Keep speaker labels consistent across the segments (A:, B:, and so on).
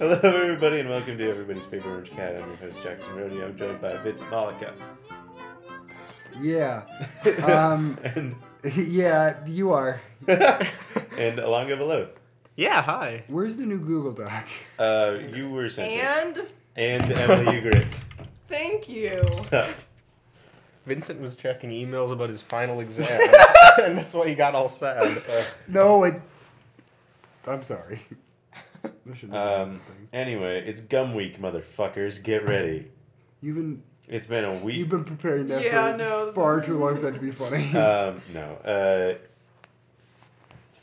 A: Hello, everybody, and welcome to Everybody's Paper Orange Cat. I'm your host, Jackson Rodeo. I'm joined by Vincent Malika.
B: Yeah. Um,
A: and,
B: yeah, you are.
A: and Alanga Veloth.
C: Yeah, hi.
B: Where's the new Google Doc?
A: Uh, you were sent it.
D: And
A: And Emily Ugritz.
D: thank you.
A: Sup?
C: Vincent was checking emails about his final exams, and that's why he got all sad. Uh,
B: No, it. I'm sorry. There should be
A: Um,
B: other things.
A: anyway, it's gum week, motherfuckers. Get ready.
B: You've been
A: It's been a week.
B: you've been preparing that
D: Yeah,
B: for
D: no.
B: far too long for that to be funny.
A: um, no. Uh,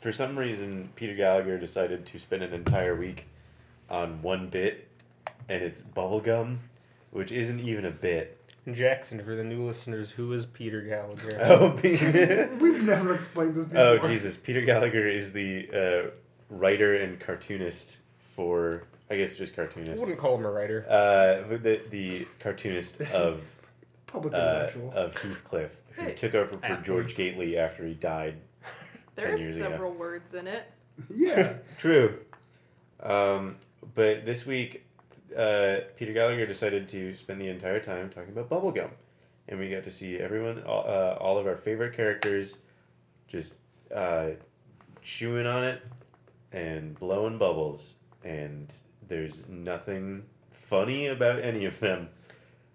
A: for some reason, Peter Gallagher decided to spend an entire week on one bit, and it's bubblegum, which isn't even a bit.
C: Jackson, for the new listeners, who is Peter Gallagher?
A: Oh, Peter.
B: We've never explained this before.
A: Oh Jesus! Peter Gallagher is the uh, writer and cartoonist for, I guess, just
C: I
A: cartoonist.
C: wouldn't call him a writer.
A: Uh, who- the the cartoonist of
B: Public
A: uh,
B: intellectual.
A: of Heathcliff, who took over for
C: Athlete.
A: George Gately after he died.
D: There
A: 10
D: are
A: years ago.
D: several words in it.
B: yeah.
A: True, um, but this week, uh, Peter Gallagher decided to spend the entire time talking about bubblegum, and we got to see everyone, all, uh, all of our favorite characters, just uh, chewing on it and blowing bubbles, and there's nothing funny about any of them.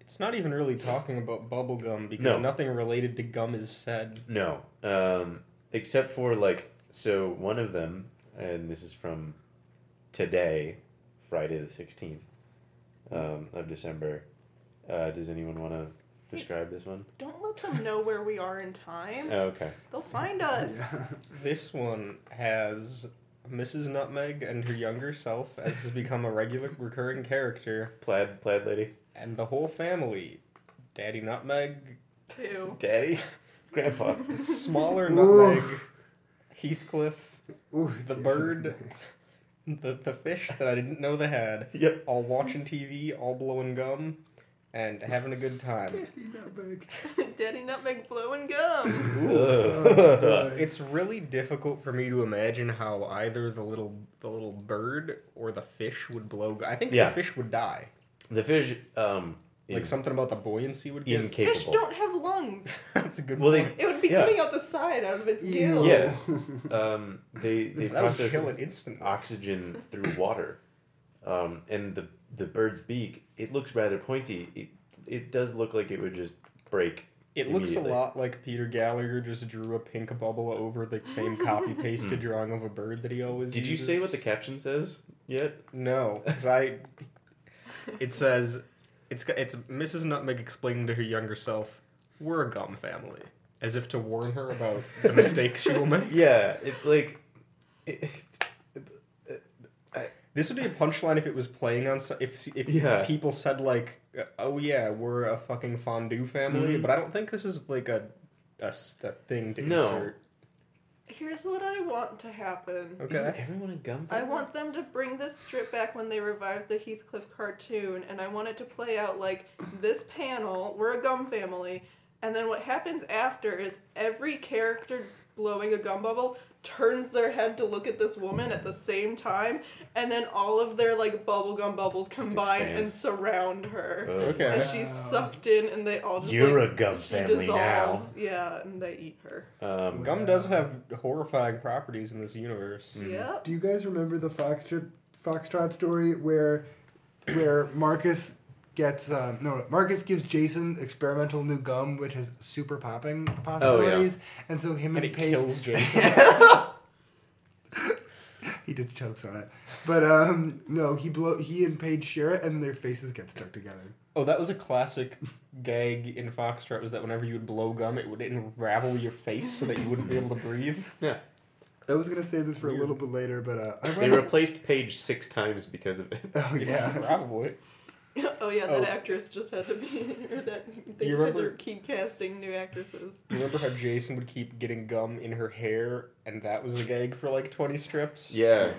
C: It's not even really talking about bubblegum because
A: No.
C: nothing related to gum is said.
A: No, um, except for like so one of them, and this is from today, Friday the sixteenth um, of December. Uh, does anyone want to describe this one?
D: Don't let them know where we are in time.
A: Oh, okay.
D: They'll find us.
B: Yeah.
C: This one has Mrs. Nutmeg and her younger self, as has become a regular recurring character,
A: Plaid, plaid lady,
C: and the whole family. Daddy Nutmeg,
D: Too.
A: daddy, grandpa.
C: smaller
B: Oof.
C: Nutmeg, Heathcliff,
B: Ooh,
C: The bird, the, the fish that I didn't know they had,
A: yep.
C: all watching TV, all blowing gum, and having a good time.
B: Daddy nutmeg.
D: Daddy Nutmeg blowing gum.
B: Oh,
A: Ugh.
C: It's really difficult for me to imagine how either the little the little bird or the fish would blow. gu- I think
A: Yeah.
C: the fish would die.
A: the fish um is
C: Like something about the buoyancy would get.
A: incapable.
D: Fish don't have lungs.
C: That's a good
A: Well, they-
C: point.
D: It would be
A: Yeah.
D: coming out the side out of its
B: Ew.
D: gills.
A: Yeah. Um, they they
C: That would
A: process
C: kill it instantly.
A: oxygen through water. Um, and the the bird's beak, it looks rather pointy. It it does look like it would just break.
C: It looks a
A: immediately.
C: lot like Peter Gallagher just drew a pink bubble over the same copy pasted drawing of a bird that he always.
A: Hmm. Did you say
C: uses.
A: what the caption says yet?
C: No, 'cause I. It says, it's it's Mrs. Nutmeg explaining to her younger self, "We're a gum family," as if to warn her about the mistakes she will make.
A: Yeah, it's like it,
C: This would be a punchline if it was playing on so- if if
A: Yeah.
C: people said like, "Oh yeah, we're a fucking fondue family,"
A: Mhm.
C: but I don't think this is like a a, s- a thing to
A: No.
C: insert.
D: Here's what I want to happen.
C: Okay.
A: isn't everyone a gum?
D: I
A: fan?
D: want them to bring this strip back when they revived the Heathcliff cartoon, and I want it to play out like this panel, we're a gum family, and then what happens after is every character blowing a gum bubble turns their head to look at this woman at the same time, and then all of their like bubblegum bubbles combine
A: expand.
D: and surround her.
A: Oh.
C: Okay.
D: And she's sucked in, and they all just
A: You're
D: like,
A: a gum
D: she
A: family now.
D: dissolves. Yeah, and they eat her.
A: Um,
C: Gum does have horrifying properties in this universe.
A: Mm.
D: Yep.
B: Do you guys remember the fox trip, foxtrot story where, where Marcus gets uh, no Marcus gives Jason experimental new gum which has super popping possibilities, and so him
C: Oh,
B: and,
C: And it
B: Paige
C: kills Jason.
B: he just chokes on it, but um no he blow he and Paige share it and their faces get stuck together.
C: Oh, that was a classic gag in Foxtrot was that whenever you would blow gum, it would unravel your face so that you wouldn't be able to breathe.
B: I was gonna say this for
C: Weird.
B: a little bit later, but uh, I
A: They
B: read
A: replaced page six times because of it.
B: oh yeah.
C: Probably.
D: oh yeah, that
C: Oh.
D: actress just had to be, or that they
C: You
D: just had to
C: remember-
D: keep casting new actresses.
C: You remember how Jason would keep getting gum in her hair, and that was a gag for like 20 strips?
A: Yeah,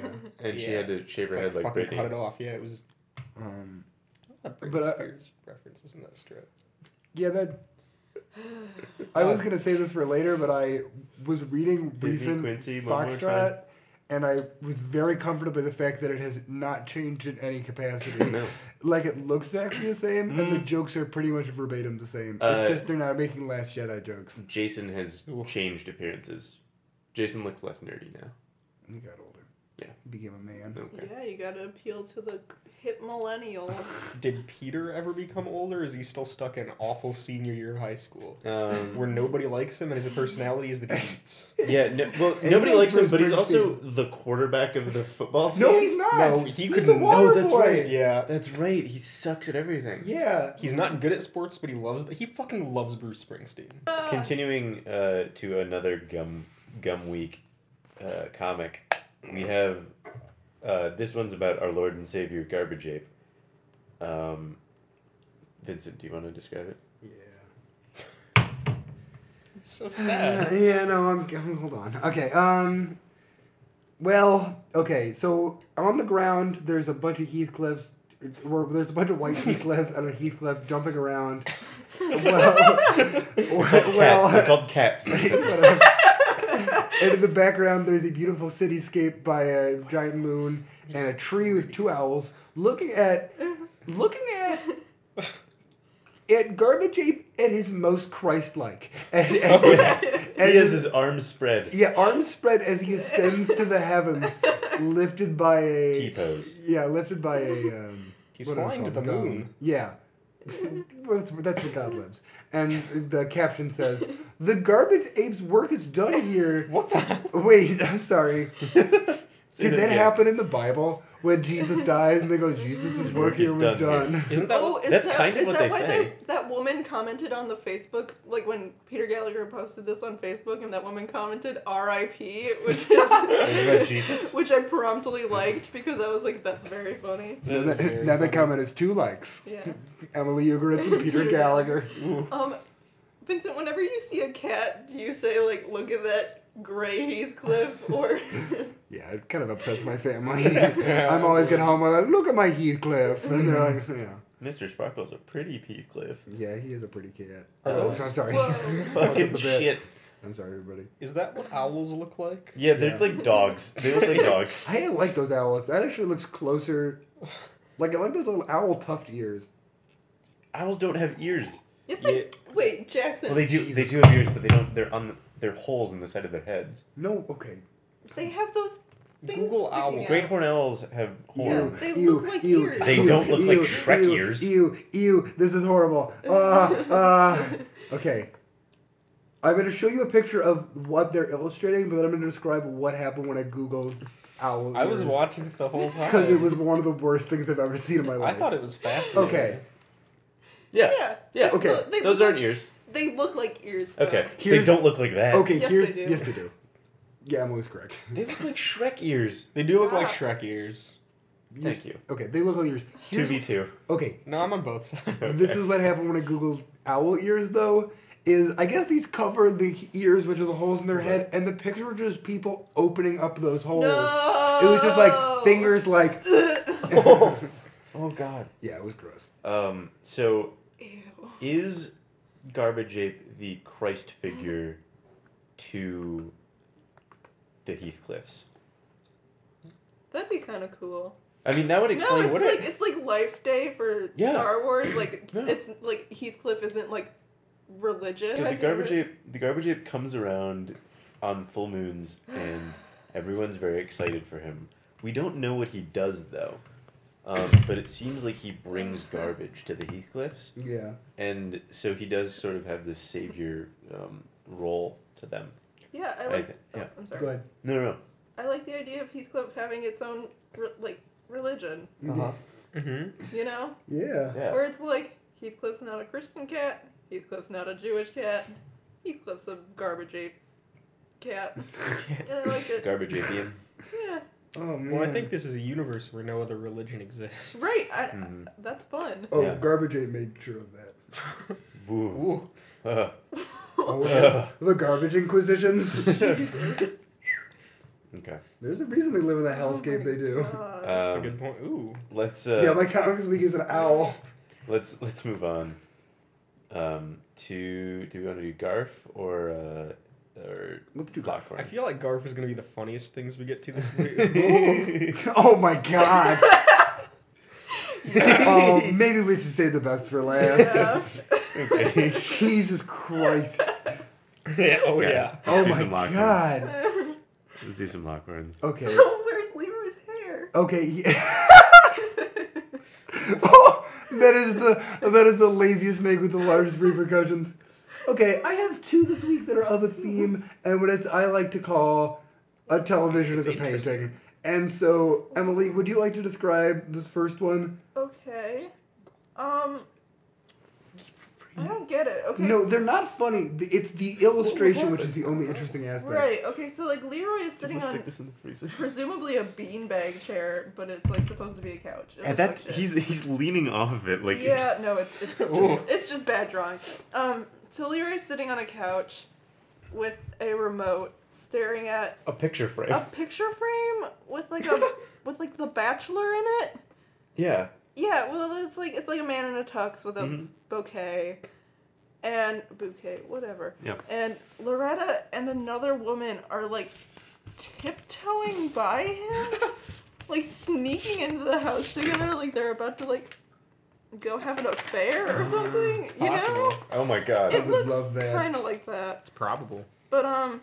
A: and she
C: Yeah.
A: had to shave her
C: Like,
A: head like
C: fucking
A: Britney.
C: cut it off. Yeah, it was
B: Um,
C: a Britney
B: But uh, I-
C: Spears references in that strip.
B: Yeah, that. I was gonna say this for later, but I was reading
A: Disney
B: recent
A: Quincy, one more time.
B: Foxtrot, and I was very comforted by the fact that it has not changed in any capacity. Like it looks exactly the same, and the jokes are pretty much verbatim the same.
A: Mm. Uh,
B: it's just they're not making Last Jedi jokes.
A: Jason has changed appearances. Jason looks less nerdy now.
B: He got older.
A: Yeah.
B: He became a man.
A: Okay.
D: Yeah, you gotta appeal to the hip millennial.
C: Did Peter ever become older? Is he still stuck in awful senior year of high school?
A: Um,
C: Where nobody likes him and his personality is that he eats.
A: yeah, no, well,
B: And
A: nobody
B: he's
A: likes him,
B: Bruce
A: but he's also the quarterback of the football team.
B: No, he's not.
C: No, he
B: he's
C: couldn't-
B: the
C: No,
B: water
A: that's
B: boy.
A: right.
C: Yeah.
A: That's right. He sucks at everything.
B: Yeah.
C: He's not good at sports, but he loves he fucking loves Bruce Springsteen.
D: Ah.
A: Continuing uh, to another gum gum week uh, comic, we have uh, this one's about our Lord and Savior Garbage Ape. Um, Vincent, do you want to describe it?
B: Yeah.
C: So
B: Uh, yeah, no, I'm, I'm. Hold on. Okay. Um. Well, okay. So on the ground, there's a bunch of Heathcliffs. uh, Or there's a bunch of white Heathcliffs and a Heathcliff jumping around. Well,
A: Cats. They're
B: well.
A: called cats. Vincent.
B: whatever. and in the background, there's a beautiful cityscape by a giant moon and a tree with two owls looking at, looking at. At garbage ape at his most Christ-like, as, as,
A: Oh, yes.
B: as-
A: he has his arms spread.
B: yeah, arms spread as he ascends to the heavens, lifted by a
A: T pose.
B: yeah, lifted by a. Um,
C: He's
B: what is it
C: flying to
B: called?
C: the
B: Dome.
C: moon.
B: Yeah, Well, that's, that's where God lives. And the caption says, "The garbage ape's work is done here."
C: What the hell?
B: Wait, I'm sorry.
A: Say
B: Did that
A: again.
B: happen in the Bible when Jesus died and they go, "Jesus'
A: work
B: work here
A: is
B: was
A: done
B: done"?
C: Isn't that
D: Oh,
C: what-
D: is
A: That's
D: that,
A: kind of
D: is
A: what
D: that
A: they
D: why
A: say.
D: That, that woman commented on the Facebook, like when Peter Gallagher posted this on Facebook, and that woman commented "R.I.P.," which
A: Isn't that
D: is
A: Jesus?
D: which I promptly liked because I was like, "That's very funny."
A: That is
B: Now
C: very
B: that- now that
C: funny.
B: comment is two likes.
D: Yeah.
B: Emily Ugaritz and Peter Gallagher.
D: Um, Vincent, whenever you see a cat, do you say like, "Look at that gray Heathcliff," or
B: Yeah, it kind of upsets my family. I'm always get home. I'm like, look at my Heathcliff, and they're like, yeah,
A: Mr. Sparkle's a pretty Heathcliff.
B: yeah, he is a pretty cat.
C: Are
B: Oh,
C: those-
B: I'm sorry.
D: Whoa.
A: Fucking
B: The bit.
A: shit.
B: I'm sorry, everybody.
C: Is that what owls look like?
A: Yeah, they're
B: Yeah.
A: like dogs. They look like dogs.
B: I like those owls. That actually looks closer. Like I like those little owl tuft ears.
A: Owls don't have ears.
D: it's like, wait, Jackson,
A: Well, they do. They do have ears, but they don't. They're on. They're holes in the side of their heads.
B: No, okay.
D: they have those things.
C: Google
D: sticking
C: owl.
D: out.
A: Great horn owls have
D: Yeah,
A: horns.
D: they
B: Ew,
D: look like
B: ew,
D: ears.
A: They don't look like Shrek
B: ew,
A: ears.
B: Ew, ew, this is horrible. Uh, uh, okay. I'm going to show you a picture of what they're illustrating, but then I'm going to describe what happened when I Googled owl
C: I was
B: ears.
C: watching it the whole time.
B: Because it was one of the worst things I've ever seen in my
C: I
B: life.
C: thought it was fascinating.
B: Okay.
D: Yeah.
A: Yeah.
B: Okay.
D: Look, they
A: Those
D: look
A: aren't
D: like-
A: ears.
D: They look like ears. though.
A: Okay.
B: Here's-
A: they don't look like that.
B: Okay,
D: Yes,
B: here's
D: they do.
B: yes they do. Yeah, I'm always correct.
A: They look like Shrek ears.
C: They do look like
D: Stop.
C: Shrek ears.
A: Thank you.
B: Okay, they look like yours.
A: Two
B: Here's,
A: v two.
B: okay,
C: No, I'm on both sides.
B: this is what happened when I googled owl ears though. Is I guess these cover the ears, which are the holes in their head, and the picture was just people opening up those holes.
D: No.
B: It was just like fingers, like
A: Oh God.
B: yeah, it was gross.
A: Um. So
D: Ew.
A: is garbage ape the Christ figure to the Heathcliffs?
D: That'd be kind of cool.
A: I mean, that would
D: No,
A: explain
D: it's
A: what.
D: like
A: it,
D: it's like Life Day for
A: Yeah.
D: Star Wars. Like
A: Yeah.
D: it's like Heathcliff isn't like religious.
A: So the
D: I've
A: garbage
D: never-
A: ape, the garbage ape comes around on full moons, and everyone's very excited for him. We don't know what he does though, um, but it seems like he brings garbage to the Heathcliffs,
B: Yeah,
A: and so he does sort of have this savior um, role to them.
D: Yeah, I
A: I
D: like.
A: thi- yeah.
D: oh, I'm sorry.
B: go ahead.
A: No, no,
D: I like the idea of Heathcliff having its own re- like religion.
A: no. Uh-huh.
C: hmm
D: You know,
B: Yeah,
A: Yeah.
D: where it's like Heathcliff's not a Christian cat. Heathcliff's not a Jewish cat. Heathcliff's a garbage ape cat, and I like it.
A: Garbage apian.
D: Yeah,
B: Oh man.
C: Well, I think this is a universe where no other religion exists.
D: Mm. right. I,
A: Mhm.
D: That's fun.
B: oh,
A: Yeah.
B: garbage ape made sure of that.
A: Woo.
C: Ooh.
A: Uh,
B: Oh, yes. the garbage inquisitions.
A: okay.
B: There's a reason they live in the hellscape
D: Oh my
B: they do.
D: God.
C: That's
A: Um,
C: a good point. Ooh.
A: Let's. Uh,
B: yeah, my comic this week is an owl.
A: Let's let's move on. Um, to do we want to do Garf or uh, or
B: Let's do Garf.
A: platforms.
C: I feel like Garf is gonna be the funniest things we get to this week.
A: like
B: Oh my god. oh, maybe we should save the best for last.
D: Yeah.
A: okay.
B: Jesus Christ.
C: yeah, oh
A: Okay.
C: yeah.
B: Oh
A: do
B: my
A: some lockworm.
B: god.
A: Let's do some lockworm.
B: Okay.
D: Where's Leroy's hair?
B: Okay. yeah. oh, that is the that is the laziest make with the largest repercussions. Okay, I have two this week that are of a theme and what it's I like to call a television as a painting. And so, Emily, would you like to describe this first one?
D: Okay. Um. I don't get it. Okay.
B: No, they're not funny. The- It's the illustration which is the only interesting aspect.
D: Right. Okay. So like Leroy is sitting on
E: stick this in the freezer.
D: presumably a beanbag chair, but it's like supposed to be a couch. It
A: At
D: looks
A: that,
D: like shit.
A: he's he's leaning off of it like
D: yeah. No, it's it's
C: Ooh.
D: just, it's just bad drawing. Um. So Leroy's sitting on a couch with a remote, staring at
C: A picture frame.
D: a picture frame with like a with like The Bachelor in it.
A: yeah.
D: Yeah, well, it's like it's like a man in a tux with a
B: Mm-hmm.
C: Mhm.
D: bouquet, and bouquet, whatever.
A: Yep.
D: And Loretta and another woman are like tiptoeing by him, like sneaking into the house together, like they're about to like go have an affair
B: Ah,
D: or something. you know,
C: possible.
A: Oh my god.
D: it
B: would
D: looks
B: love that.
D: kind of like that.
C: It's probable.
D: But um,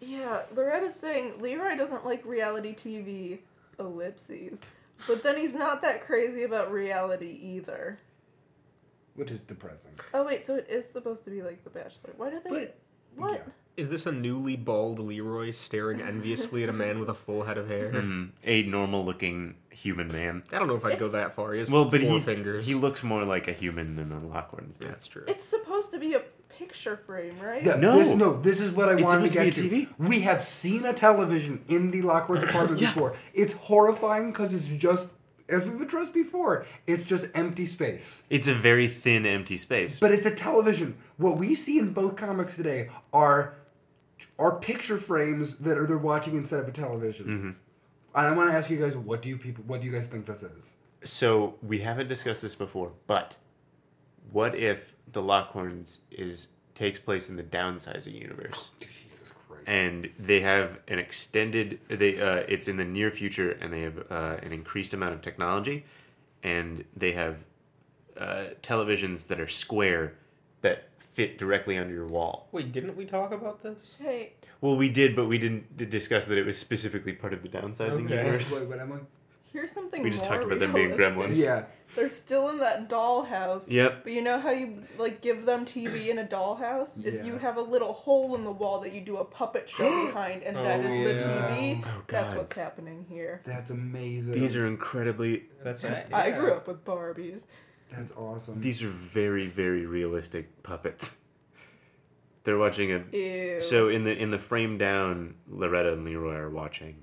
D: yeah, Loretta's saying Leroy doesn't like reality TV ellipses, but then he's not that crazy about reality either.
B: Which is depressing.
D: Oh wait, so it is supposed to be like The Bachelor. Why did they?
B: But-
D: what?
B: yeah.
C: Is this a newly bald Leroy staring enviously at a man with a full head of hair?
A: Mm, a normal looking human man.
C: I don't know if I'd go
D: It's-
C: that far. He has
A: Well, but
C: four
A: he
C: fingers.
A: he looks more like a human than a Lockhorn's
C: Yeah,
A: does.
C: that's true.
D: It's supposed to be a picture frame, right?
B: Yeah,
A: No.
B: This, no, this is what I
A: It's
B: wanted to get
A: supposed to
B: to.
A: be a Uh,
B: We have seen a television in the Lockwood apartment
A: Yeah.
B: before. It's horrifying because it's just, as we've addressed before, it's just empty space.
A: It's a very thin, empty space.
B: But it's a television. What we see in both comics today are are picture frames that are they're watching instead of a television.
A: Mm-hmm.
B: And I want to ask you guys, what do you people, what do you guys think this is?
A: so we haven't discussed this before, but what if the Lockhorns is takes place in the downsizing universe?
B: Jesus Christ!
A: and they have an extended they uh, it's in the near future and they have uh, an increased amount of technology and they have uh, televisions that are square that fit directly under your wall
C: Wait, didn't we talk about this?
D: Hey,
A: well we did but we didn't d- discuss that it was specifically part of the downsizing
C: Okay.
A: universe
B: Wait, wait, Emily?
D: here's something.
A: We just
D: more
A: talked about them being gremlins.
D: realistic.
B: Yeah,
D: They're still in that dollhouse.
A: yep
D: But you know how you like give them TV in a dollhouse is
B: Yeah.
D: you have a little hole in the wall that you do a puppet show behind, and that
C: Oh,
D: is the
C: yeah.
D: TV.
A: Oh,
D: That's
A: God.
D: what's happening here.
B: that's amazing.
A: these are incredibly
C: That's
D: I grew up with Barbies.
B: that's awesome.
A: these are very very realistic puppets they're watching a
D: Ew.
A: So in the in the frame down, Loretta and Leroy are watching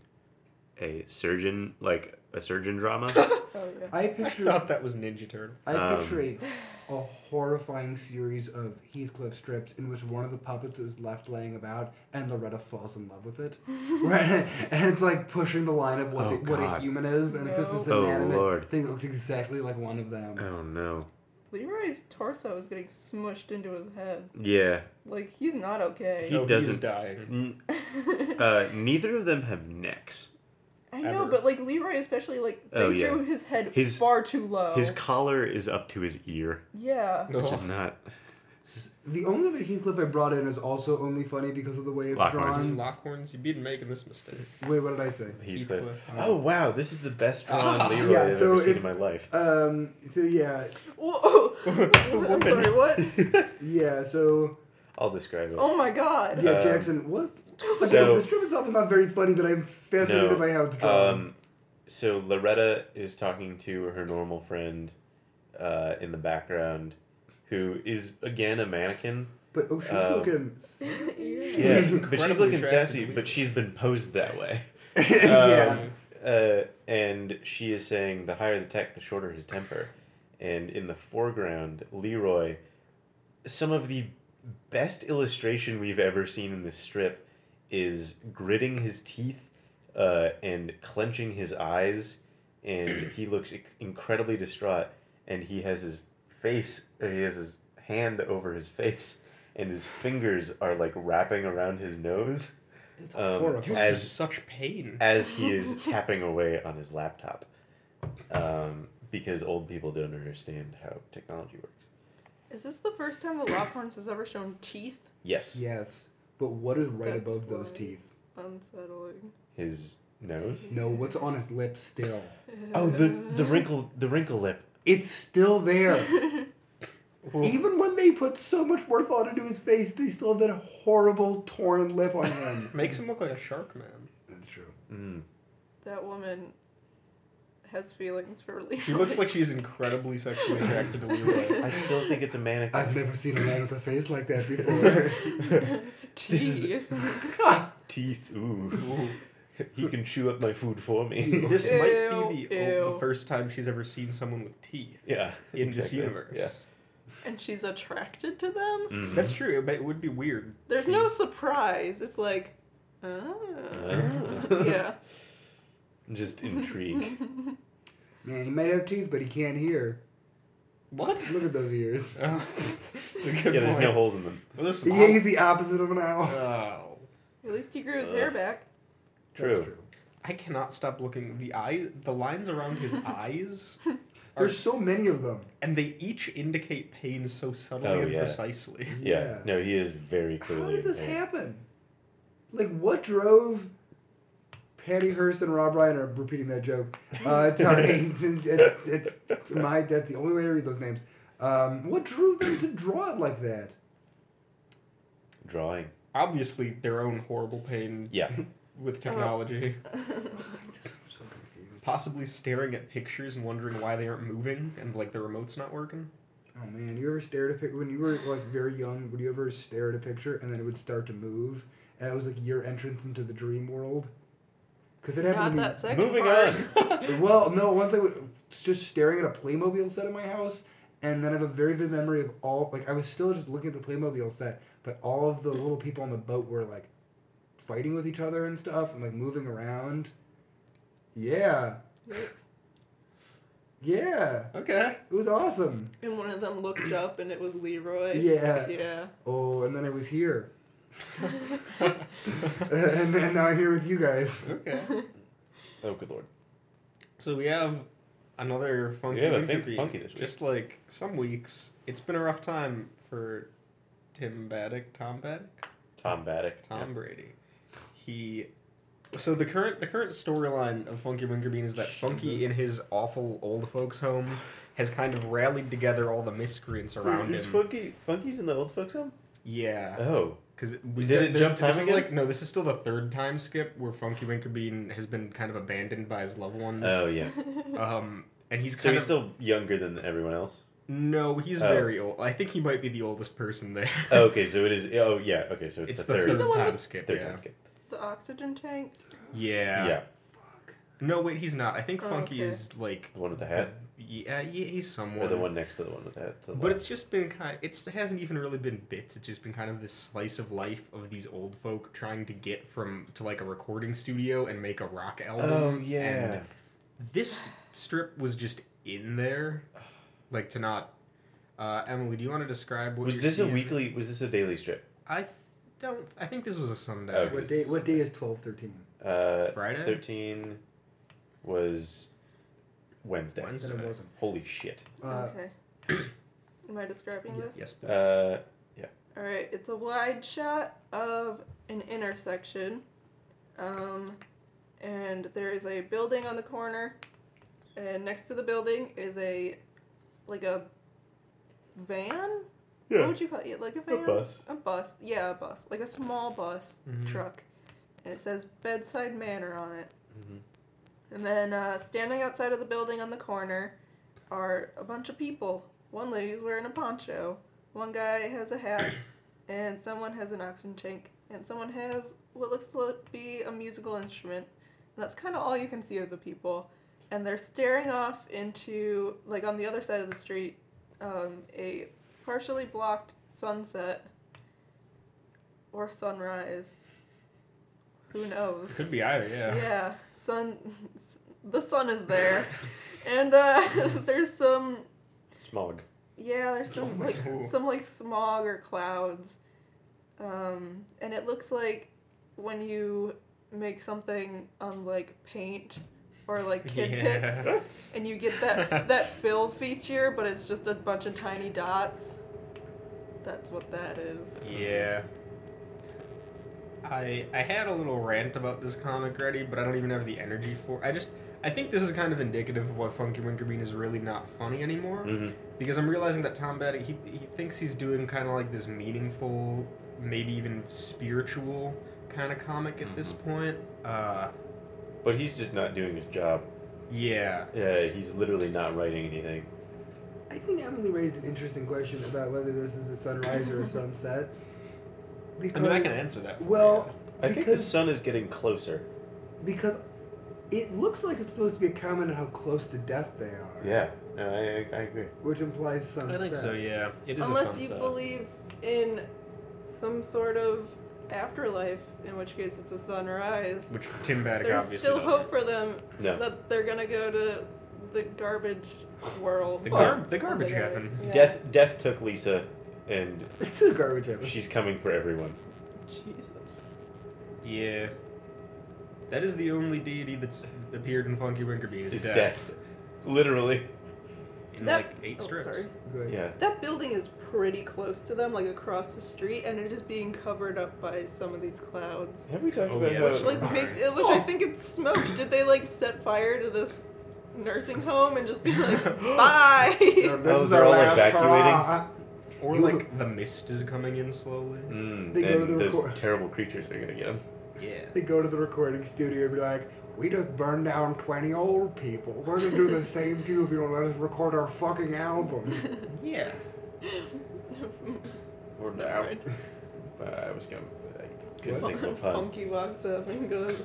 A: a surgeon like a surgeon drama.
D: oh, yeah.
B: I
C: I
B: picture
C: thought that was Ninja Turtle.
B: I
A: Um,
B: picture a, a horrifying series of Heathcliff strips in which one of the puppets is left laying about and Loretta falls in love with it. right? And it's like pushing the line of what,
A: Oh,
B: the- what a
A: God.
B: human is, and it's just this
A: No. Oh,
B: inanimate
A: Lord.
B: thing that looks exactly like one of them.
A: oh no.
D: Leroy's torso is getting smushed into his head.
A: Yeah.
D: Like he's not okay.
A: He
C: oh,
A: doesn't-
C: He's dying.
A: N- uh, neither of them have necks.
D: I know,
C: Ever.
D: but like Leroy especially like they
A: Oh, yeah.
D: drew his head
A: His-
D: far too
B: Oh.
D: low.
A: His collar is up to his ear,
D: yeah.
A: which is
C: Ugh.
A: not.
B: S- The only other Heathcliff I brought in is also only funny because of the way it's
A: Lockhorns.
B: drawn.
C: Lockhorns, you've been making this mistake.
B: Wait, what did I say?
A: Heathcliff.
C: Heathcliff.
A: Oh wow, this is the best drawn
C: Ah.
A: Leroy
B: Yeah,
A: I've
B: so
A: ever seen
B: if-
A: in my life.
B: Um, so yeah,
D: Whoa. I'm
C: woman.
D: sorry. What?
B: yeah, so
A: I'll describe it.
D: Oh my god.
B: yeah,
A: Um,
B: Jackson, what? Again,
A: so-
B: the strip itself is not very funny, but I'm fascinated
A: No.
B: by how it's drawn.
A: Um, so Loretta is talking to her normal friend uh, in the background, who is again a mannequin.
B: But oh, she's
A: Um,
B: looking.
A: Yeah,
B: She's
A: but she's
C: incredibly
A: looking
C: attracted
A: sassy,
C: to
A: but she's been posed that way.
B: yeah.
C: Um,
A: Uh, and she is saying, the higher the tech, the shorter his temper. And in the foreground, Leroy, some of the best illustration we've ever seen in this strip is gritting his teeth uh, and clenching his eyes. And he looks inc- incredibly uh, distraught. And he has his face, or he has his hand over his face. and his fingers are like wrapping around his nose
B: It's
A: Um,
B: horrible.
A: you- As-
C: As such pain.
A: as he is tapping away on his laptop. Um, because old people don't understand how technology works.
D: Is this the first time the Lophorns has ever shown teeth?
A: Yes.
B: Yes, but what is right
D: That's
B: above those
D: why
B: teeth?
D: it's Unsettling.
A: His nose.
B: No, what's on his lip still?
A: Oh, the the wrinkle the wrinkle lip.
B: It's still there.
C: Well,
B: Even when they put so much Warthog into his face, they still have that horrible torn lip on him.
C: makes him look like a shark man.
B: That's true.
A: Mm.
D: That woman has feelings for Leroy.
C: She looks like she's incredibly sexually attracted to Leroy.
A: I still think it's a
B: I've
A: mannequin.
B: never seen a man with a face like that before.
A: This is
D: teeth.
A: Teeth. Ooh.
C: Ooh.
A: He can chew up my food for me.
C: This might be
D: Ew,
C: the, oh,
D: ew.
C: the first time she's ever seen someone with teeth
A: yeah.
C: in this
A: exactly.
C: universe.
A: Yeah.
D: and she's attracted to them.
A: Mm.
C: That's true. It, might- it would be weird.
D: There's no surprise. It's like, ah,
A: Ah.
D: yeah.
A: just intrigue.
B: Man, he might have teeth, but he can't hear.
C: What?
B: Look at those ears.
C: Oh, it's a
A: yeah,
C: good
A: there's
C: point.
A: no holes in them.
C: Well, there's some
B: Yeah, he's the opposite of an owl.
C: Oh.
D: At least he grew his
A: Ugh.
D: hair back.
B: That's
A: True.
C: I cannot stop looking. The eye, the lines around his eyes, are,
B: There's so many of them.
C: and they each indicate pain so subtly
A: Oh,
C: and
A: yeah.
C: precisely.
A: Yeah. No, he is very
B: How
A: clearly.
B: did this
A: in pain.
B: happen? Like, what drove Patty Hearst and Rob Reiner I'm repeating that joke? Uh, Tony, it's, it's my that's the only way to read those names. Um, what drew them to draw it like that?
A: Drawing.
C: Obviously, their own horrible pain
A: Yeah.
C: with technology.
B: I'm so confused.
C: Possibly staring at pictures and wondering why they aren't moving and like the remote's not working.
B: Oh man, you ever stared at a pic- when you were like very young? Would you ever stare at a picture and then it would start to move? And that was like your entrance into the dream world. Because it
D: Not
B: happened to me
D: that second
A: Moving
D: part.
A: on.
B: Well, no, once I was just staring at a Playmobil set in my house, and then I have a very vivid memory of all, like, I was still just looking at the Playmobil set, but all of the little people on the boat were, like, fighting with each other and stuff, and, like, moving around. Yeah.
D: Yikes.
B: Yeah.
C: Okay.
B: It was awesome.
D: And one of them looked up, and it was Leroy.
B: Yeah.
D: Yeah.
B: Oh, and then I was here. and, and now I'm here with you guys.
C: Okay.
A: Oh, good lord.
C: So we have another funky.
A: We have a
C: winter
A: fink-
C: beat.
A: funky this week.
C: Just like some weeks, it's been a rough time for Tim Baddick, Tom Baddick,
A: Tom Baddick.
C: Tom Brady. He. So the current the current storyline of Funky Winker Bean is that Funky
B: Jesus.
C: in his awful old folks home has kind of rallied together all the miscreants around
A: Is
C: him.
A: Funky Funky's in the old folks home?
C: yeah,
A: Oh.
C: because we
A: Did it
C: this-
A: jump
C: this
A: time
C: is
A: again?
C: like no, this is still the third time skip where Funky Winker Bean has been kind of abandoned by his loved ones.
A: Oh yeah.
C: Um, and he's kind
A: So
C: of
A: he's still younger than everyone else.
C: No, he's
A: Oh.
C: very old. I think he might be the oldest person there.
A: Oh, okay, so it is. Oh yeah. Okay, so it's,
C: it's
A: the, third.
D: the one
C: time
D: with-
C: skip.
A: Third
C: yeah.
A: time. Okay.
D: The oxygen tank.
C: yeah.
A: Yeah.
B: Fuck.
C: No, wait, he's not. I think
D: Oh,
C: Funky
D: okay.
C: is like
A: the one with the
C: uh,
A: hat,
C: yeah, yeah, he's someone.
A: or the one next to the one with the hat. to the
C: But
A: left.
C: it's just been kind. It's it hasn't even really been bits. It's just been kind of this slice of life of these old folk trying to get from to like a recording studio and make a rock album.
A: Oh yeah.
C: And this strip was just in there, like to not. Uh, Emily, do you want to describe what
A: was
C: you're
A: this a
C: seeing?
A: weekly? Was this a daily strip?
C: I th- don't. I think this was a Sunday.
A: Okay.
B: What day, what day is 1213?
A: Uh,
C: Friday?
A: Thirteen was Wednesday.
C: Wednesday.
B: Then it wasn't.
A: Holy shit.
B: Uh,
D: okay. Am I describing
C: Ye-
D: this?
C: Yes. please.
A: Uh,
D: All right, it's a wide shot of an intersection. Um, and there is a building on the corner, and next to the building is a like a van. What would you call it? Like a
A: a
D: van?
A: bus.
D: A bus. Yeah, a bus. Like a small bus
C: Mhm.
D: truck. And it says Bedside Manor on it. And then uh, standing outside of the building on the corner are a bunch of people. One lady's wearing a poncho. One guy has a hat, and someone has an oxygen tank, and someone has what looks to be a musical instrument. And that's kind of all you can see of the people. And they're staring off into, like, on the other side of the street, um, a partially blocked sunset or sunrise. Who knows?
C: Could be either. Yeah.
D: Yeah, sun. The sun is there, and uh, there's some
A: Smog.
D: yeah, there's
C: Oh
D: some
C: my
D: like
C: God.
D: some like smog or clouds, Um, and it looks like when you make something on like paint or like kid picks
C: Yeah.
D: and you get that that fill feature, but it's just a bunch of tiny dots. That's what that is.
C: Yeah. I I had a little rant about this comic already, but I don't even have the energy for. I just I think this is kind of indicative of why Funky Winker Bean is really not funny anymore
A: Mhm.
C: because I'm realizing that Tom Petty he he thinks he's doing kind of like this meaningful, maybe even spiritual kind of comic at this point. Uh,
A: But he's just not doing his job.
C: yeah.
A: Yeah, he's literally not writing anything.
B: I think Emily raised an interesting question about whether this is a sunrise or a sunset.
C: I
B: Because,
C: mean, I can answer that. for
B: well,
A: I think the
B: because
A: sun is getting closer.
B: because it looks like it's supposed to be a comment on how close to death they are.
A: Yeah, no, I, I I agree.
B: Which implies
C: you.
B: sunset.
C: I think so. Yeah, it is. a
D: Unless you
C: sunset.
D: believe in some sort of afterlife, in which case it's a sunrise.
C: which Tim Baddock
D: There's
C: obviously
D: still
C: doesn't.
D: hope for them
A: No.
D: that they're gonna go to the garbage world. Oh,
C: The,
A: Well,
C: gar- the garbage
D: Yeah.
C: heaven.
D: Yeah.
A: Death death took Lisa, and
B: It's a garbage episode.
A: she's coming for everyone.
D: Jesus.
C: Yeah. That is the only deity that's appeared in Funky Winker Bean is
A: It's
C: death.
A: death, literally.
C: In
D: That-
C: like eight
D: oh,
C: strips.
D: sorry.
B: Good.
A: Yeah,
D: That building is pretty close to them, like across the street, and it is being covered up by some of these clouds.
A: have we talked
C: Oh,
A: about
C: yeah.
A: how?
C: Which,
D: Like makes it, which I
C: Oh.
D: think it's smoke. Did they like set fire to this nursing home and just be like, bye?
B: No, this
A: Oh,
B: is
A: they're
B: our
A: all
B: last
A: evacuating?
B: hurrah.
C: Or
B: You-
C: like the mist is coming in slowly.
A: Mm,
B: They go to
A: and
B: the
A: those
B: record-
A: terrible creatures are gonna get him.
C: Yeah.
B: They go to the recording studio and be like, "We just burned down twenty old people. We're gonna do the same to you if you don't let us record our fucking album."
C: Yeah.
A: We're now. I was gonna. I couldn't think of a pun.
D: Funky walks up and goes,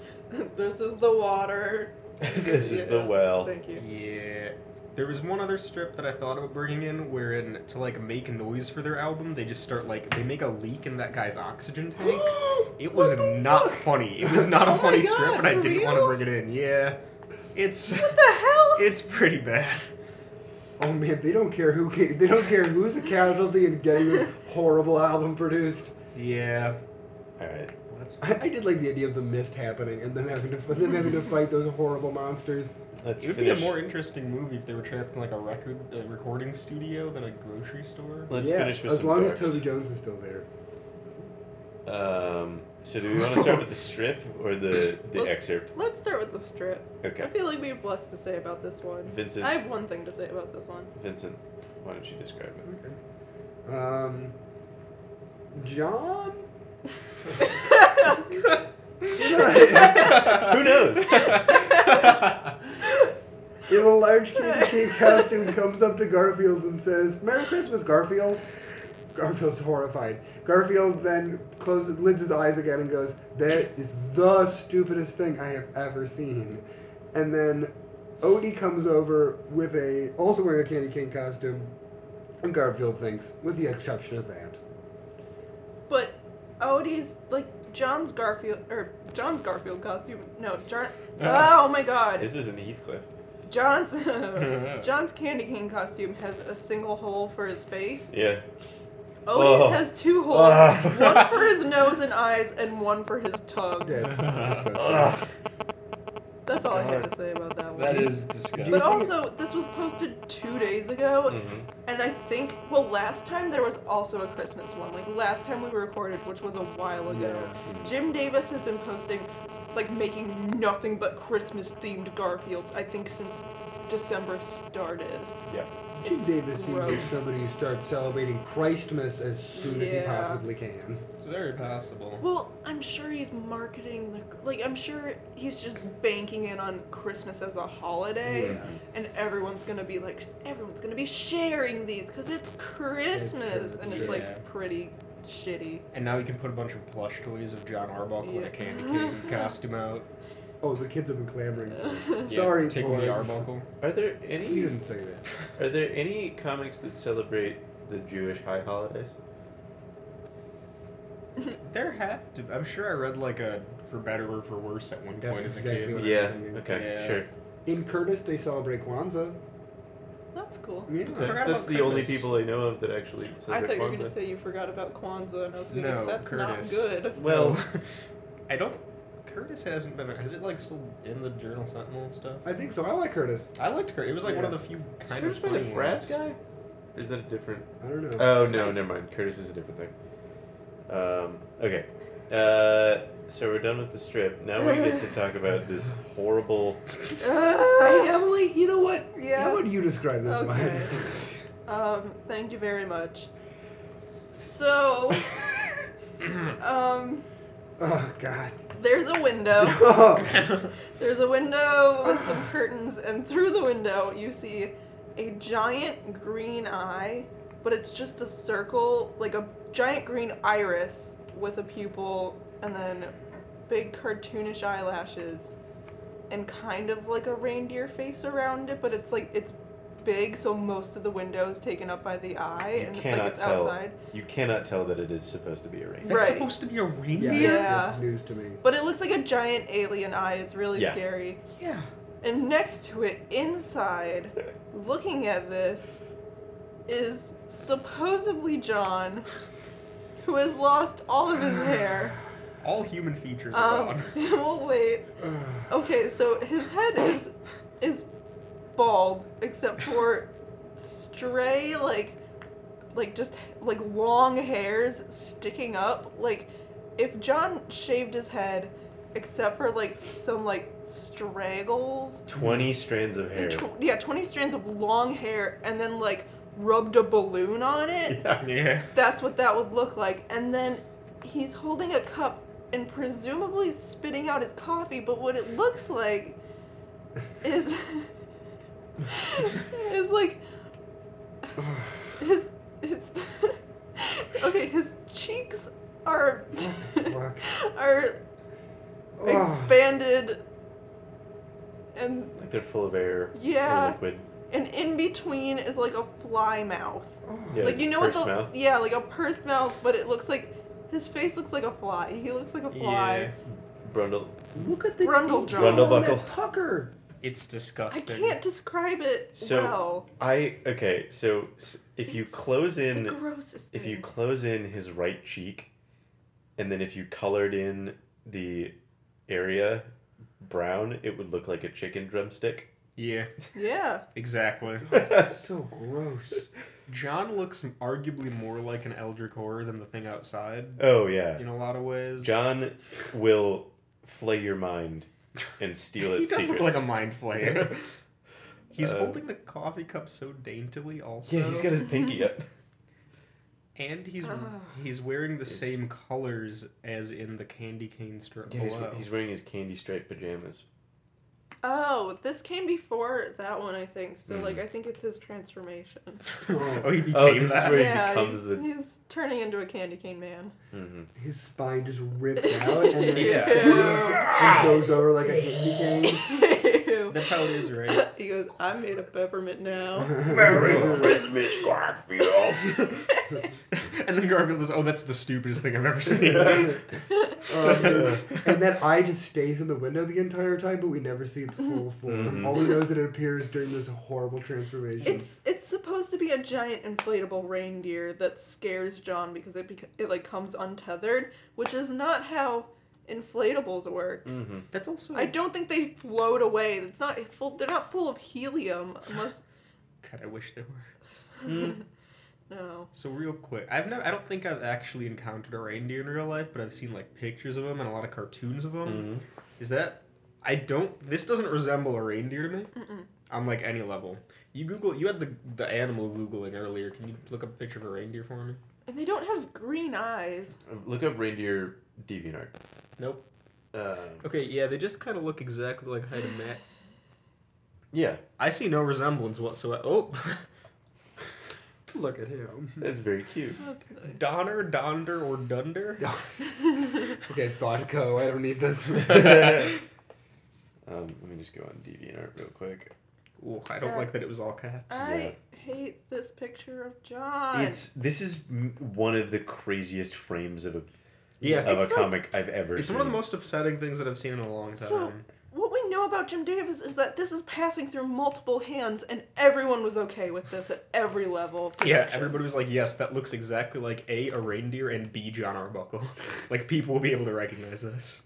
D: "This is the water."
A: this is the
D: Yeah.
A: well.
D: Thank you.
C: Yeah. There was one other strip that I thought about bringing in, wherein to like make noise for their album, they just start like they make a leak in that guy's oxygen tank. It was not funny. It was not a
D: Oh my
C: funny
D: God,
C: strip, and I
D: for
C: didn't want to
D: real?
C: bring it in. Yeah, it's
D: What the hell?
C: it's pretty bad.
B: oh man, they don't care who ca- they don't care who's the casualty in getting this horrible album produced.
C: Yeah,
A: All right.
C: well, that's
B: I, I did like the idea of the mist happening and them having to f- them having to fight those horrible monsters.
A: Let's
C: It would
A: finish.
C: be a more interesting movie if they were trapped in like a record a recording studio than a grocery store.
A: Let's
B: Yeah,
A: finish with
B: as
A: some
B: long as
A: bars.
B: Toby Jones is still there.
A: Um, so do we want to start with the strip or the the
D: Let's-
A: excerpt?
D: Let's start with the strip. I
A: Okay,
D: feel like we have less to say about this one.
A: Vincent.
D: I have one thing to say about this one.
A: Vincent, why don't you describe it?
B: Okay. Um, John.
A: Who knows?
B: In a large Katy Kate costume comes up to Garfield and says, Merry Christmas, Garfield. Garfield's horrified. Garfield then closes, lids his eyes again and goes, That is the stupidest thing I have ever seen. And then Odie comes over with a, also wearing a candy cane costume, and Garfield thinks, with the exception of that.
D: But Odie's like John's Garfield or John's Garfield costume. No, John.
A: Uh-huh.
D: Oh my God,
A: this isn't Heathcliff.
D: John's John's candy cane costume has a single hole for his face.
A: Yeah.
D: Odie's
A: Oh.
D: has two holes,
A: Ugh.
D: one for his nose and eyes, and one for his tongue.
B: That's disgusting.
A: Ugh.
D: That's all I have
A: God.
D: to say about that one.
C: that is disgusting.
D: But also, this was posted two days
A: Mm.
D: ago, and I think well, last time there was also a Christmas one. Like last time we recorded, which was a while ago. Jim Davis has been posting, like making nothing but Christmas-themed Garfields. I think since December started.
A: Yeah.
B: Jim Davis seems like
D: gross.
B: somebody who starts celebrating Christmas as soon as he
D: Yeah.
B: possibly can.
C: it's very possible.
D: Well, I'm sure he's marketing the like. I'm sure he's just banking in on Christmas as a holiday,
B: Yeah.
D: and everyone's gonna be like, everyone's gonna be sharing these because it's Christmas, and it's
C: Yeah.
D: like pretty shitty.
C: And now you can put a bunch of plush toys of John Arbuckle in
D: Yeah.
C: a candy cane costume out.
B: Oh, the kids have been clamoring for it.
A: Yeah,
B: Sorry,
C: Tickle
B: boys.
C: the Arbuckle.
A: Are there
B: You
A: any
B: didn't say that.
A: Are there any comics that celebrate the Jewish high holidays?
C: There have to. I'm sure I read like a for better or for worse at one
B: That's
C: point as a
B: exactly
C: kid.
B: what-
A: Yeah.
B: thinking.
A: Okay.
C: Yeah.
A: Sure.
B: In Curtis, they celebrate Kwanzaa.
D: That's cool.
B: Yeah.
C: Okay. forgot
A: That's
C: about
A: the only
C: Curtis.
A: people I know of that actually
D: I
A: celebrate
D: thought you were gonna
A: Kwanzaa.
D: say you forgot about Kwanzaa, and I was gonna.
C: No,
D: that's
C: Curtis.
D: not good.
A: Well,
C: I don't. Curtis hasn't been. Is it like still in the Journal Sentinel and stuff?
B: I think so. I like Curtis.
C: I liked Curtis. It was like one of
B: Yeah.
C: the few
A: is
C: kind
A: Curtis
C: of
A: by the
C: funny
A: Fraz
C: ones.
A: guy? Or is that a different?
B: I don't know.
A: Oh no,
D: Right.
A: never mind. Curtis is a different thing. Um, okay, uh, so we're done with the strip. Now we get to talk about this horrible.
B: hey, Emily, you know what?
D: Yeah.
B: How would you describe this
D: Okay. Um, thank you very much. So, um,
B: one? oh, God.
D: there's a window.
B: Oh,
D: There's a window with some curtains, and through the window you see a giant green eye, but it's just a circle, like a giant green iris with a pupil, and then big cartoonish eyelashes, and kind of like a reindeer face around it, but it's like it's big, so most of the window is taken up by the eye,
A: You
D: and like
A: cannot
D: it's
A: tell.
D: outside.
A: You cannot tell that it is supposed to be a ring.
C: That's
D: Right.
C: supposed to be a
B: yeah,
C: reindeer.
D: Yeah.
B: That's news to me.
D: But it looks like a giant alien eye. It's really
A: Yeah.
D: scary.
B: Yeah.
D: And next to it, inside, looking at this, is supposedly John, who has lost all of his hair.
C: All human features are
D: Um,
C: gone.
D: well, wait. Okay, so his head is is bald, except for stray like like just like long hairs sticking up. Like if John shaved his head, except for like some like straggles
A: Twenty strands of hair.
D: and tw- yeah, 20 strands of long hair and then like rubbed a balloon on it.
A: Yeah.
C: Yeah.
D: That's what that would look like. And then he's holding a cup and presumably spitting out his coffee, but what it looks like is is like
B: Oh.
D: his, his Okay, his cheeks are
B: Fuck.
D: are
B: Oh.
D: expanded and
A: Like they're full of air. Or
D: Yeah.
A: liquid.
D: and in between is like a fly mouth.
B: Oh.
A: Yeah,
D: like you know what the
A: pursed mouth.
D: yeah, like a pursed mouth, but it looks like his face looks like a fly. He looks like a fly.
C: Yeah.
A: Brundle.
B: Look at the
D: Brundle
B: detail
A: Brundle
B: on that
A: buckle.
B: pucker.
C: It's
D: I
C: disgusting.
D: can't describe it
A: So
D: well.
A: I okay. So s- if you
D: It's
A: close
D: The
A: in,
D: grossest.
A: if you
D: thing.
A: close in his right cheek, and then if you colored in the area brown, it would look like a chicken drumstick. Oh,
C: Yeah,
D: yeah,
C: exactly.
B: So gross.
C: John looks arguably more like an Eldritch Horror than the thing outside
A: oh yeah,
C: in a lot of ways.
A: John will flay your mind and steal
C: he
A: its
C: does
A: secrets.
C: look like a mind flayer. He's
A: Uh,
C: holding the coffee cup so daintily, also.
A: yeah, he's got his pinky up.
C: and he's
D: Ah.
C: he's wearing the
A: It's-
C: same colors as in the candy cane strip.
A: Yeah, he's,
C: below.
A: he's wearing his candy striped pajamas.
D: Oh, this came before that one, I think. So,
A: Mhm.
D: like, I think it's his transformation.
C: oh, he became
A: Oh, this is
C: that.
A: where- he
D: yeah,
A: becomes
D: he's,
A: the-
D: he's turning into a candy cane man.
A: hmm
B: His spine just ripped out and then
D: Yeah.
B: explodes and goes over like a candy cane.
D: Ew.
C: That's how it is, right?
D: he goes, "I made a peppermint now."
B: Um,
A: Christmas, Garfield.
C: and then Garfield is, oh, that's the stupidest thing I've ever seen.
B: Um, and that eye just stays in the window the entire time, but we never see its full form.
A: Mhm.
B: All we know is that it appears during this horrible transformation.
D: It's it's supposed to be a giant inflatable reindeer that scares John because it bec- it like comes untethered, which is not how inflatables work.
A: hmm
C: That's also.
D: I don't think they float away. It's not full. They're not full of helium unless
C: God, I wish there were.
D: no.
C: So real quick, I've never, I don't think I've actually encountered a reindeer in real life, but I've seen like pictures of them and a lot of cartoons of them.
A: hmm
C: Is that? I don't. This doesn't resemble a reindeer to me. On like any level. You Google. You had the the animal googling earlier. Can you look up a picture of a reindeer for me?
D: And they don't have green eyes.
A: Look up reindeer deviantart.
C: Nope.
A: Um,
C: Okay. Yeah, they just kind of look exactly like Hyde and Matt.
A: yeah,
C: I see no resemblance whatsoever. Oh,
B: Look at him.
A: that's very cute.
D: That's nice.
C: Donner, Donder, or Dunder.
B: okay, Thoughtco, I don't need this.
A: Um, let me just go on DeviantArt real quick.
C: Ooh, I don't like that it was all caps.
D: I hate this picture of John.
A: It's this is m- one of the craziest frames of a
C: Yeah.
A: of
D: It's
A: a
D: like-
A: comic I've ever
C: It's
A: seen.
C: one of the most upsetting things that I've seen in a long time.
D: So- what we know about Jim Davis is that this is passing through multiple hands, and everyone was okay with this at every level. of
C: Yeah,
D: production.
C: everybody was like, "Yes, that looks exactly like a a reindeer and b John Arbuckle." like people will be able to recognize this.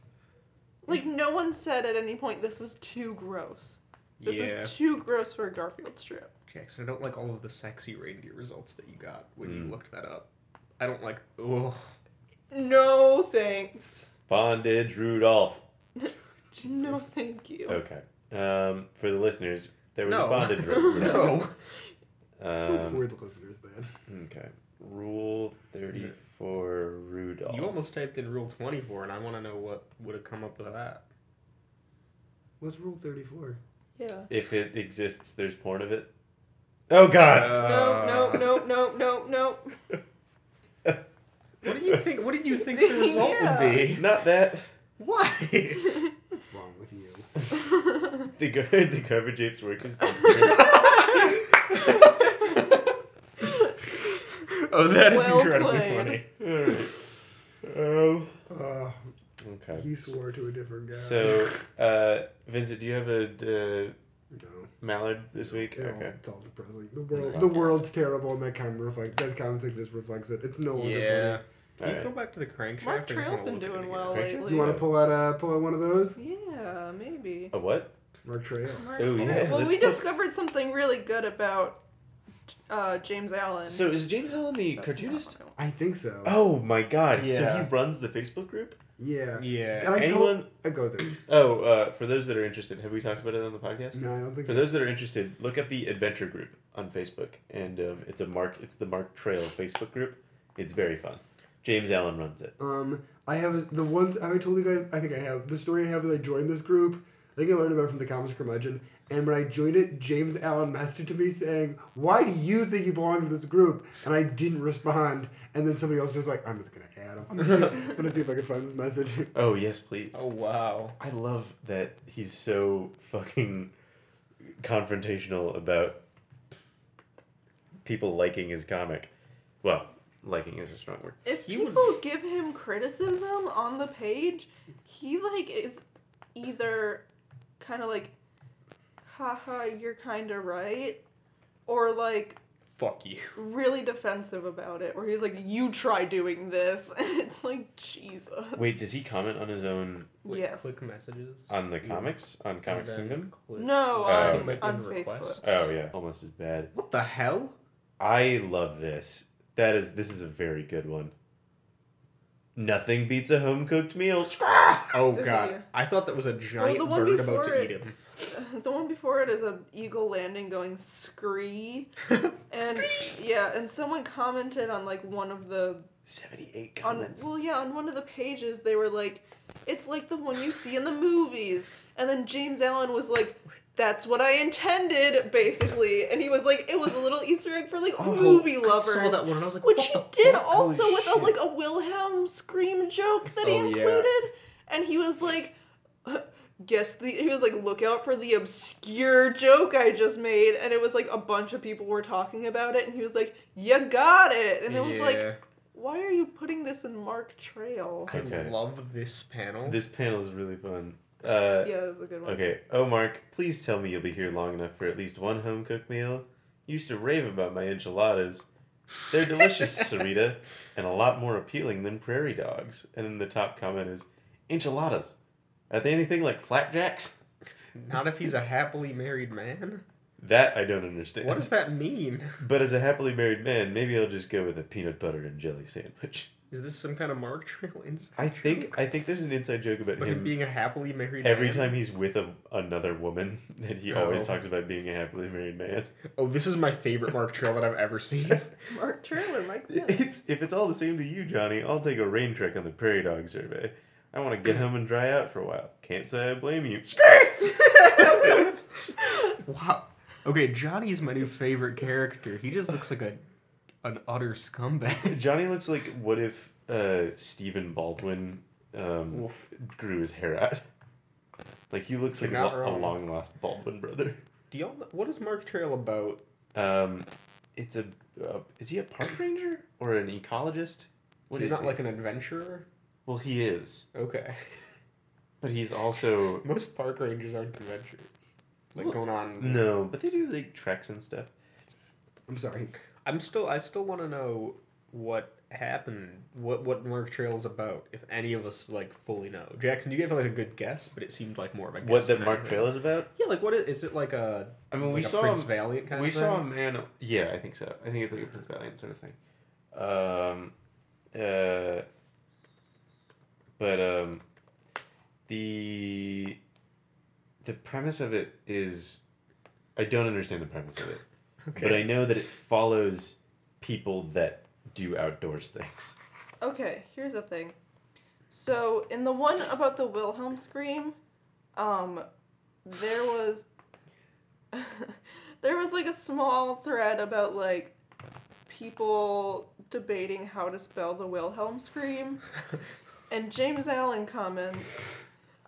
D: Like no one said at any point this is too gross. This
C: yeah,
D: is too gross for a Garfield strip.
C: Jackson, I don't like all of the sexy reindeer results that you got when you
A: Mm.
C: looked that up. I don't like. Oh,
D: No thanks.
A: Bondage Rudolph.
D: No thank you.
A: Okay. Um, for the listeners, there was
C: No.
A: a bondage rule.
C: no.
A: Um,
B: for the listeners, then.
A: okay. Rule 34 Rudolph.
C: You almost typed in Rule Twenty Four, and I want to know what would have come up with that.
B: What's Rule 34?
D: Yeah.
A: If it exists, there's porn of it. Oh, God.
C: Uh,
D: No, no, no, no, no, no.
C: What do you think? What did you think the result would be?
A: Not that.
C: Why?
B: What's wrong with you?
A: The, gar- the garbage apes work is done.
C: Oh, that is
D: Well
C: incredibly
D: played.
C: funny.
A: Alright. Um,
B: Uh,
A: okay.
B: he swore to a different guy.
A: So, uh, Vincent, do you have a uh,
B: no,
A: mallard this week?
B: It all-
A: Okay.
B: it's all depressing. The world,
A: Okay.
B: the world's terrible, and that kind of reflects. That comment thing just reflects it. It's no longer
C: Yeah.
B: funny.
C: Can you go back to the crankshaft?
D: Mark
C: I just
D: Trail's
C: wanna
D: been
C: look at it
D: doing
C: again.
D: well
A: Picture?
D: lately.
B: Do you want to pull out uh, pull out one of those?
D: Yeah, maybe.
A: A what?
B: Mark Trail.
D: Mark
A: Oh,
D: Trail.
A: yeah,
D: Well,
A: let's
D: we
A: go-
D: discovered something really good about uh, James Allen.
A: So, is James Allen the
D: That's not
A: cartoonist?
D: what I want.
B: I think so.
A: Oh my god. So
C: Yeah.
A: he runs the Facebook group?
B: Yeah.
C: Yeah.
B: And I told,
A: Anyone?
B: I go there.
A: Oh, uh, for those that are interested, have we talked about it on the podcast?
B: No, I don't think
A: For
B: so.
A: those that are interested, look up the Adventure Group on Facebook, and um, it's a Mark. It's the Mark Trail Facebook group. It's very fun. James Allen runs it.
B: Um, I have the ones have I told you guys. I think I have the story I have is I joined this group. I think I learned about it from the comics curmudgeon. And when I joined it, James Allen messaged me saying, "Why do you think you belong to this group?" And I didn't respond. And then somebody else was like, "I'm just gonna add him. I'm gonna see, I'm gonna see if I can find this message."
A: Oh yes, please.
C: Oh wow.
A: I love that he's so fucking confrontational about people liking his comic. Well, liking is a strong word.
D: If
C: He would-
D: people give him criticism on the page, he like is either kind of like, haha, you're kind of right, or like
C: Fuck you.
D: really defensive about it, where he's like, you try doing this. And it's like, Jesus.
A: Wait, does he comment on his own
C: Wait,
D: Yes.
C: Click messages.
A: on the comics on Comics
C: And then
A: Kingdom?
C: click-
D: No,
C: I
A: on-
C: think it might be
D: on
C: in request.
D: Facebook.
A: Oh yeah, almost as bad.
C: What the hell?
A: I love this. That is this is a very good one. Nothing beats a home cooked meal.
C: Oh
D: Okay.
C: god. I thought that was a giant
D: the one
C: bird about
D: before
C: to
D: it-
C: eat him.
D: the one before it is a eagle landing going scree, and yeah, and someone commented on like one of the
A: Seventy eight
D: on
A: comments.
D: well yeah on one of the pages they were like it's like the one you see in the movies and then james allen was like that's what i intended basically and he was like it was a little easter egg for like movie lovers
C: Oh, I saw that one and I was like,
D: which
C: what
D: he
C: the
D: did
C: fuck?
D: also
C: Holy
D: with a
C: shit.
D: like a wilhelm scream joke that he
C: Oh, yeah.
D: included and he was like guess the he was like look out for the obscure joke i just made and it was like a bunch of people were talking about it and he was like you got it and it was like
C: Yeah.
D: why are you putting this in Mark Trail?
C: I
A: Okay.
C: love this panel.
A: This panel is really fun. Uh,
D: Yeah, that's a good one.
A: Okay, oh Mark, please tell me you'll be here long enough for at least one home cooked meal. Used to rave about my enchiladas. They're delicious, Sarita, and a lot more appealing than prairie dogs. And then the top comment is, enchiladas. Are they anything like flapjacks?
C: Not if he's a happily married man.
A: That I don't understand.
C: What does that mean?
A: But as a happily married man, maybe I'll just go with a peanut butter and jelly sandwich.
C: Is this some kind of Mark Trail inside?
A: I think
C: joke?
A: I think there's an inside joke about
C: But him
A: him
C: being a happily married
A: every
C: man.
A: time he's with a, another woman that he always
C: Oh.
A: talks about being a happily married man.
C: Oh, this is my favorite Mark Trail that I've ever seen.
D: Mark Trail or Mike Pence?
A: It's, if it's all the same to you, Johnny, I'll take a rain trick on the prairie dog survey. I want to get home and dry out for a while. Can't say I blame you.
C: Wow. Okay, Johnny's my new favorite character. He just looks like a an utter scumbag.
A: Johnny looks like what if uh, Stephen Baldwin um, grew his hair out? Like he looks
C: You're
A: like
C: not
A: lo- a
C: wrong.
A: long lost Baldwin brother.
C: Do y'all know, what is Mark Trail about?
A: Um, it's a uh, is he a park ranger or an ecologist? What
C: He's
A: is
C: not
A: he?
C: like an adventurer.
A: well, he is.
C: Okay.
A: But he's also
C: Most park rangers aren't adventurous. Like
A: Well,
C: going on.
A: no. But they do like treks and stuff.
B: I'm sorry.
C: I'm still. I still want to know what happened. What what Mark Trail is about. If any of us like fully know. Jackson, you gave like a good guess, but it seemed like more of a guess.
A: What the
C: than
A: Mark
C: anything.
A: Trail is about?
C: Yeah, like what is, is it like a?
A: I mean, we
C: like a
A: saw
C: Prince
A: him-
C: Valiant kind
A: we
C: of thing.
A: saw a man. Yeah, I think so. I think it's like a Prince Valiant sort of thing. Um, uh, but um, the the premise of it is, I don't understand the premise of it, but I know that it follows people that do outdoors things.
D: Okay, here's the thing. So in the one about the Wilhelm scream, um, there was there was like a small thread about like people debating how to spell the Wilhelm scream, and James Allen comments.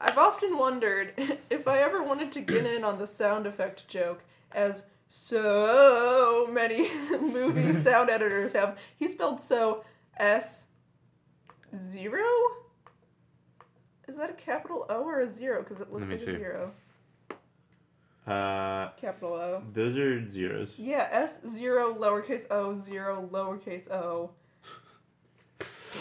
D: I've often wondered if I ever wanted to get in on the sound effect joke, as so many movie sound editors have. He spelled so S zero? Is that a capital O or a zero? Because it looks
A: Let me
D: like
A: see.
D: a zero.
A: Uh,
D: Capital O.
A: those are zeros.
D: Yeah, S zero lowercase O zero lowercase O.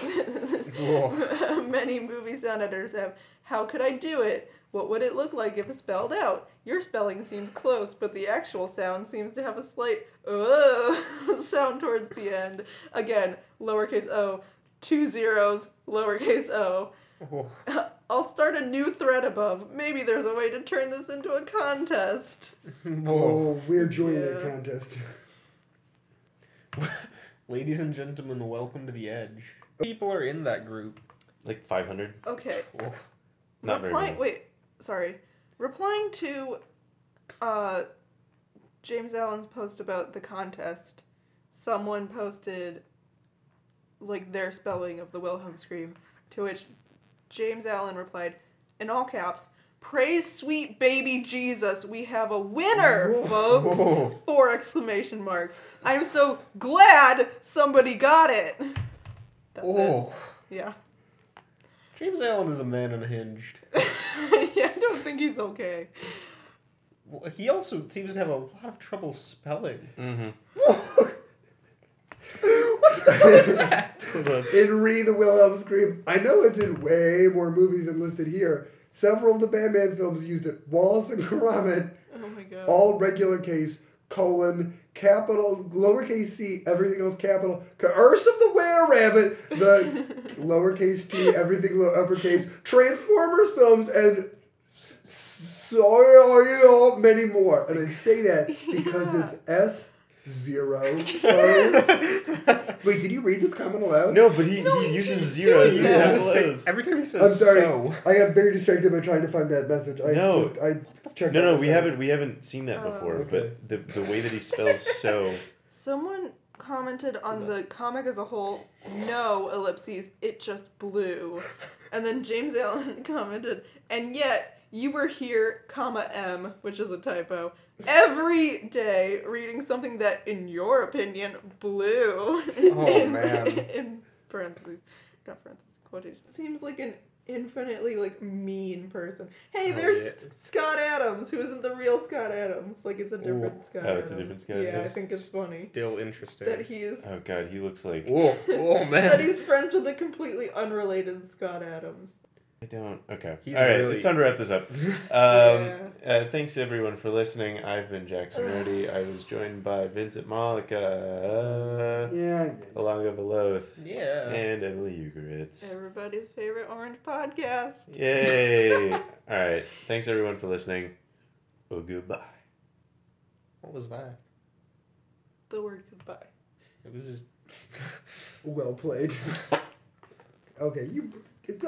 D: Many movie sound editors have. How could I do it? What would it look like if spelled out? Your spelling seems close, but the actual sound seems to have a slight "oh" sound towards the end. Again, lowercase o, two zeros, lowercase o.
C: Whoa.
D: I'll start a new thread above. Maybe there's a way to turn this into a contest.
C: Whoa.
B: Oh, we're joining that
D: Yeah.
B: contest.
C: Ladies and gentlemen, welcome to the Edge. People are in that group.
A: Like five hundred.
D: Okay.
C: Whoa.
A: Not very
D: Replying-
A: many.
D: Wait, sorry. Replying to uh, James Allen's post about the contest, someone posted like their spelling of the Wilhelm scream, to which James Allen replied in all caps, "Praise sweet baby Jesus, we have a winner, folks!"
C: Whoa.
D: Four exclamation marks. I'm so glad somebody got it. That's it.
C: Whoa.
D: Yeah.
C: James Allen is a man unhinged.
D: yeah, I don't think he's okay.
C: Well, He also seems to have a lot of trouble spelling.
A: Mm-hmm.
C: what the hell is that?
B: In Re the Wilhelm Scream, I know it's in way more movies than listed here. Several of the Batman films used it. Wallace and Gromit,
D: Oh my god.
B: all regular case, colon, capital, lowercase c, everything else capital. Curse of the Were Rabbit, the lowercase t, everything low, uppercase, Transformers films, and s- so many more. And I say that because
D: Yeah.
B: it's S zero. O. Wait, did you read this comment aloud?
A: No, but he,
D: No,
A: he
D: he
A: uses
D: keeps
A: zeros.
D: doing
A: He
D: that.
A: uses zeros.
C: Every time he says
B: I'm sorry.
C: so.
B: I got very distracted by trying to find that message. I
A: No.
B: just- I checked.
A: No,
B: out
A: no,
B: the
A: we
B: site.
A: haven't we haven't seen that
D: Oh.
A: before.
B: Okay.
A: But the the way that he spells so
D: Someone commented on the comic as a whole, no ellipses, it just blew. And then James Allen commented, and yet you were here, comma M, which is a typo, every day reading something that, in your opinion, blew.
C: Oh, man.
D: In parentheses, not parentheses, quotation. Seems like an infinitely like mean person. Hey,
C: Oh,
D: there's
C: yeah.
D: S- Scott Adams, who isn't the real Scott Adams. Like it's a different Scott.
A: Oh, it's a
D: Adams.
A: different Scott
D: Yeah, I
A: Adams.
D: think it's funny
C: Still interesting.
D: that he is
A: oh god, he looks like
C: Whoa. Oh, man.
D: that he's friends with a completely unrelated Scott Adams.
A: I don't. Okay,
C: He's
A: all right.
C: really-
A: It's time to wrap this up. Um,
D: Yeah.
A: uh, thanks everyone for listening. I've been Jackson
D: Ugh.
A: Rody. I was joined by Vincent Malika,
B: Yeah. yeah.
A: Alanga Veloth,
C: yeah.
A: and Emily Ugaritz.
D: Everybody's favorite orange podcast.
A: Yay! all right. Thanks everyone for listening. Well, goodbye.
C: What was that?
D: The word goodbye.
C: It was just.
B: Well played. okay, you. It's